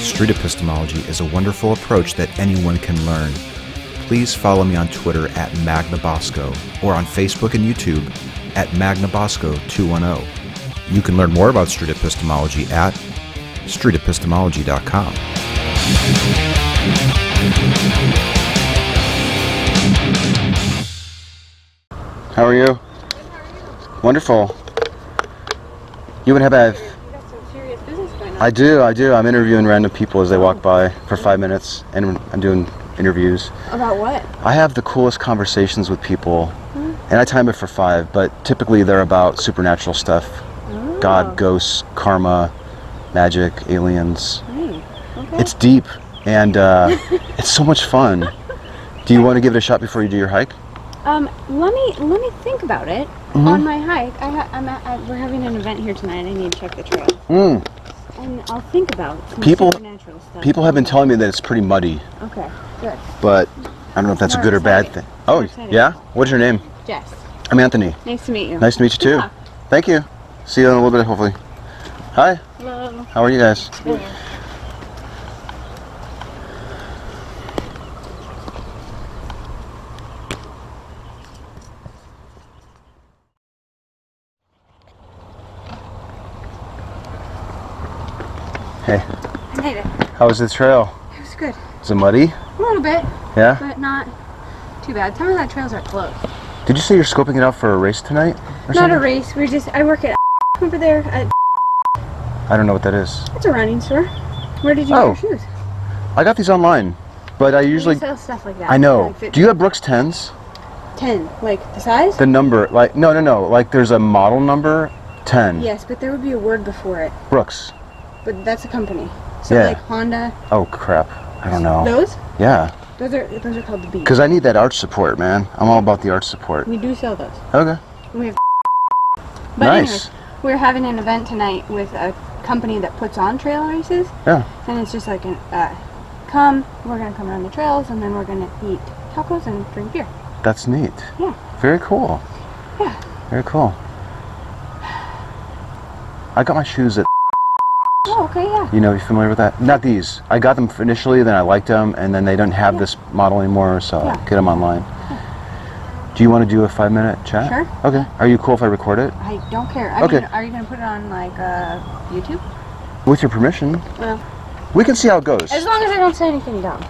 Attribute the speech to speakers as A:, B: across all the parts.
A: Street epistemology is a wonderful approach that anyone can learn. Please follow me on Twitter at Magna Bosco or on Facebook and YouTube at Magna Bosco 210. oh. You can learn more about street epistemology at streetepistemology.com.
B: How are you? Wonderful. You would have a
C: We got some serious business going on.
B: I do, I do. I'm interviewing random people as they walk by for five minutes, and I'm doing interviews.
C: About what?
B: I have the coolest conversations with people, and I time it for five, but typically they're about supernatural stuff God, ghosts, karma, magic, aliens. It's deep, and uh, it's so much fun. Do you want to give it a shot before you do your hike?
C: Um, let me let me think about it.
B: Mm-hmm.
C: On my hike, I ha- I'm at, I, we're having an event here tonight. I need to check the trail,
B: Mm.
C: and I'll think about some
B: People-
C: supernatural stuff.
B: People have been telling me that it's pretty muddy,
C: Okay, good.
B: but I don't know if that's a
C: We're
B: good or bad
C: excited.
B: thing. Oh,
C: We're excited.
B: yeah? What's your name?
C: Jess,
B: I'm Anthony.
C: nice to meet you.
B: Nice to meet you too.
C: Yeah.
B: Thank you. See you in a little bit, hopefully. Hi,
C: Hello.
B: how are you guys? Hey,
C: I made it.
B: how was the trail?
C: It was good.
B: Is it muddy?
C: A little bit,
B: Yeah?
C: but not too bad. Some of that trails are closed.
B: Did you say you're scoping it out for a race tonight? Or
C: Not a
B: something?
C: race. We're just I work at over there. At,
B: I don't know what that is.
C: it's a running store. Where did you
B: Oh,
C: get your shoes?
B: I got these online, but I
C: They
B: usually.
C: sell stuff like that.
B: I know.
C: Like fit-
B: Do you have Brooks 10s?
C: ten? Like the size?
B: The number, like, no, no, no. Like, there's a model number 10.
C: Yes, but there would be a word before it.
B: Brooks.
C: But that's a company. So
B: Yeah.
C: like Honda,
B: Oh, crap. I don't know.
C: those,
B: Yeah.
C: those are those are called the B.
B: Because I need that arch support, man. I'm all about the arch support.
C: We do sell those.
B: Okay.
C: And We have. But
B: Nice.
C: anyways, we're having an event tonight with a company that puts on trail races,
B: Yeah.
C: and it's just like an uh, come, we're gonna come around the trails, and then we're gonna eat tacos and drink beer.
B: That's neat.
C: Yeah.
B: Very cool.
C: Yeah.
B: Very cool. I got my shoes at.
C: Oh, okay, yeah.
B: You know, you familiar with that? Not these. I got them initially, then I liked them, and then they don't have this model anymore, so I
C: Yeah.
B: get them online. Do you want to do a five minute chat?
C: Sure.
B: Okay. Are you cool if I record it?
C: I don't care. I
B: Okay.
C: mean, are you gonna put it on like uh, YouTube?
B: With your permission.
C: Well,
B: We can see how it goes.
C: as long as I don't say anything dumb.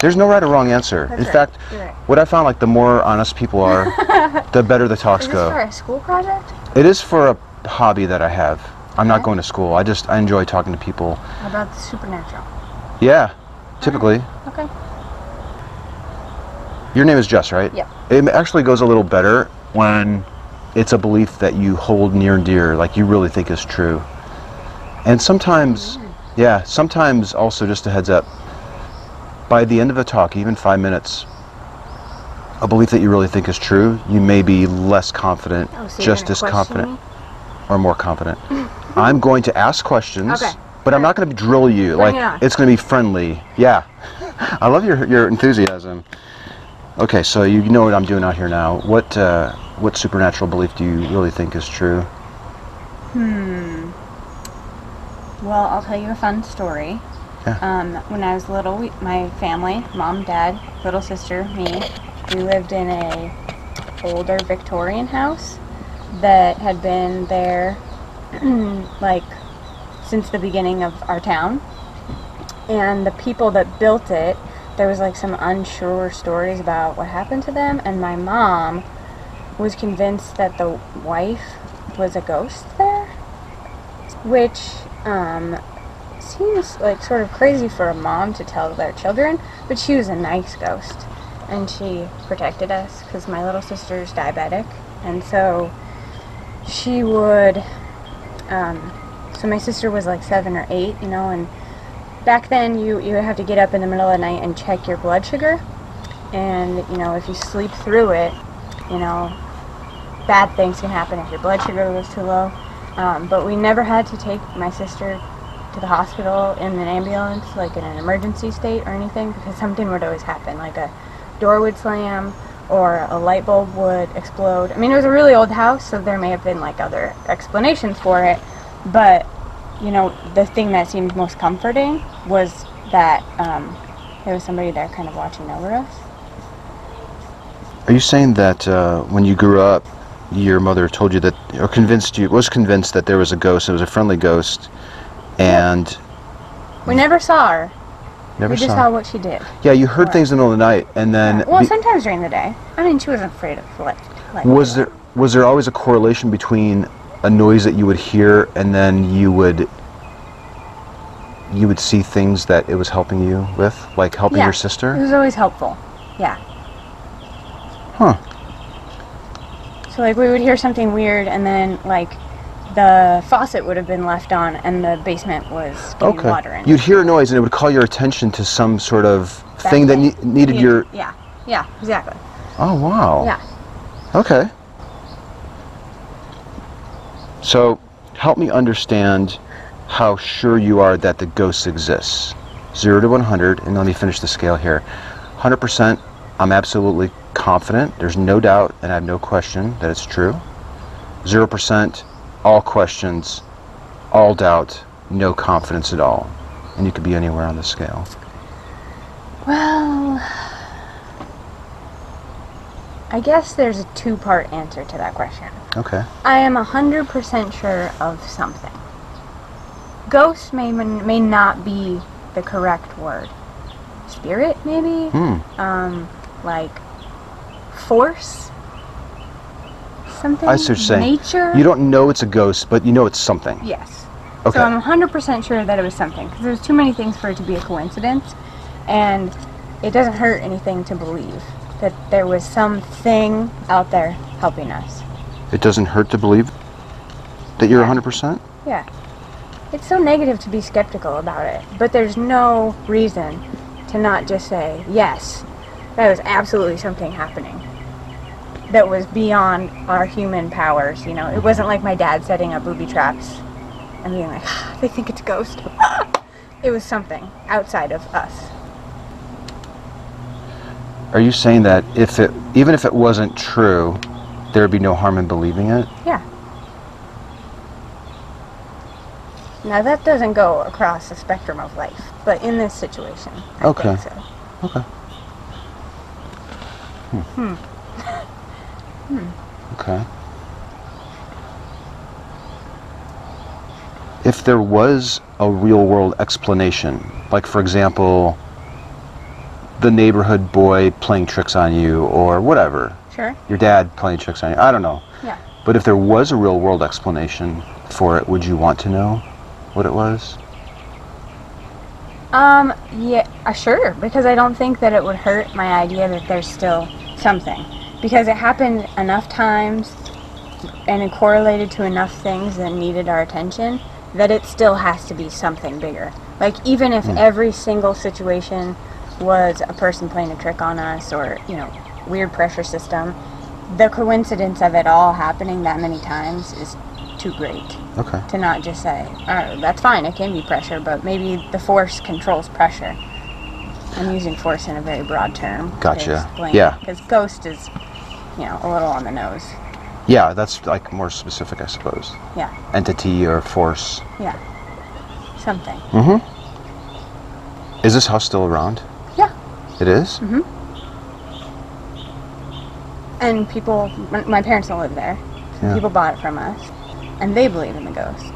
B: There's no right or wrong answer.
C: That's
B: In
C: right.
B: fact,
C: You're right.
B: what I found like the more honest people are, the better the talks
C: Is this
B: go.
C: for a school project?
B: It is for a hobby that I have. I'm not going to school. I just I enjoy talking to people.
C: About the supernatural.
B: Yeah, typically.
C: Okay.
B: Your name is Jess, right?
C: Yep.
B: It actually goes a little better when it's a belief that you hold near and dear, like you really think is true. And sometimes, yeah, sometimes also just a heads up. By the end of a talk, even five minutes, a belief that you really think is true, you may be less confident,
C: Oh, so you're
B: just
C: gonna
B: as
C: question
B: confident.
C: me?
B: or more confident. I'm going to ask questions,
C: Okay.
B: but I'm not going to drill you.
C: Bring
B: like
C: it on.
B: it's going to be friendly. Yeah, I love your your enthusiasm. Okay, so you know what I'm doing out here now. What uh, what supernatural belief do you really think is true?
C: Well, I'll tell you a fun story.
B: Yeah.
C: Um, when I was little, we, my family, mom, dad, little sister, me, we lived in a older Victorian house that had been there like since the beginning of our town. And the people that built it, there was like some unsure stories about what happened to them and my mom was convinced that the wife was a ghost there which um, seems like sort of crazy for a mom to tell their children, but she was a nice ghost and she protected us because my little sister's diabetic, and so she would. Um, so my sister was like seven or eight, you know, and back then you you would have to get up in the middle of the night and check your blood sugar, and you know if you sleep through it, you know bad things can happen if your blood sugar was too low. Um, but we never had to take my sister to the hospital in an ambulance, like in an emergency state or anything, because something would always happen, like a door would slam or a light bulb would explode. I mean, it was a really old house, so there may have been like other explanations for it, but you know, the thing that seemed most comforting was that um, there was somebody there kind of watching over us.
B: Are you saying that uh, when you grew up, your mother told you that, or convinced you, was convinced that there was a ghost, it was a friendly ghost, and
C: We never saw her.
B: never
C: we just
B: saw
C: saw
B: it?
C: what she did.
B: Yeah, you heard things in the middle of the night, and then
C: well,
B: be-
C: sometimes during the day. I mean, she wasn't afraid of like. like
B: was there was there always a correlation between a noise that you would hear and then you would you would see things that it was helping you with, like helping
C: Yeah.
B: your
C: It
B: sister?
C: was always helpful. Yeah.
B: Huh.
C: So like we would hear something weird, and then like the faucet would have been left on, and the basement was getting
B: Okay.
C: water in.
B: You'd hear a noise and it would call your attention to some sort of
C: That
B: thing that
C: thing.
B: ne- needed
C: Yeah,
B: your.
C: Yeah. Yeah. Exactly.
B: Oh wow.
C: Yeah.
B: Okay. So, help me understand how sure you are that the ghost exists. 0 to 100, and let me finish the scale here. 100%, I'm absolutely confident. There's no doubt, and I have no question that it's true. 0%, all questions, all doubt, no confidence at all. And you could be anywhere on the scale.
C: Well, I guess there's a two-part answer to that question.
B: Okay.
C: I am 100% sure of something. Ghost may, may not be the correct word. Spirit, maybe?
B: Hmm.
C: Um, like, force? Something?
B: I see what you're saying.
C: Nature?
B: You don't know it's a ghost, but you know it's something.
C: Yes.
B: Okay.
C: So I'm 100% sure that it was something, because there's too many things for it to be a coincidence, and it doesn't hurt anything to believe that there was something out there helping us.
B: It doesn't hurt to believe that you're 100%?
C: Yeah. It's so negative to be skeptical about it, but there's no reason to not just say, yes, that was absolutely something happening that was beyond our human powers. You know, it wasn't like my dad setting up booby traps and being like, "Ah, they think it's a ghost. it was something outside of us.
B: Are you saying that if it even if it wasn't true, there'd be no harm in believing it?
C: Yeah. Now that doesn't go across the spectrum of life, but in this situation, I
B: Okay.
C: think so.
B: Okay. Okay. If there was a real world explanation, like for example, the neighborhood boy playing tricks on you or whatever,
C: Sure.
B: your dad playing tricks on you, I don't know.
C: Yeah.
B: But if there was a real world explanation for it, would you want to know what it was?
C: Um, yeah, uh, sure, because I don't think that it would hurt my idea that there's still something. Because it happened enough times and it correlated to enough things that needed our attention that it still has to be something bigger. Like, even if every single situation was a person playing a trick on us or, you know, weird pressure system, the coincidence of it all happening that many times is too great
B: Okay.
C: to not just say, oh, that's fine, it can be pressure, but maybe the force controls pressure. I'm using force in a very broad term.
B: Gotcha. Yeah.
C: Because ghost is, you know, a little on the nose.
B: Yeah, that's like more specific, I suppose.
C: Yeah,
B: Entity or force.
C: yeah. Something.
B: Is this house still around?
C: Yeah.
B: It is?
C: And people, my, my parents don't live there.
B: Yeah.
C: People bought it from us, and they believe in the ghost.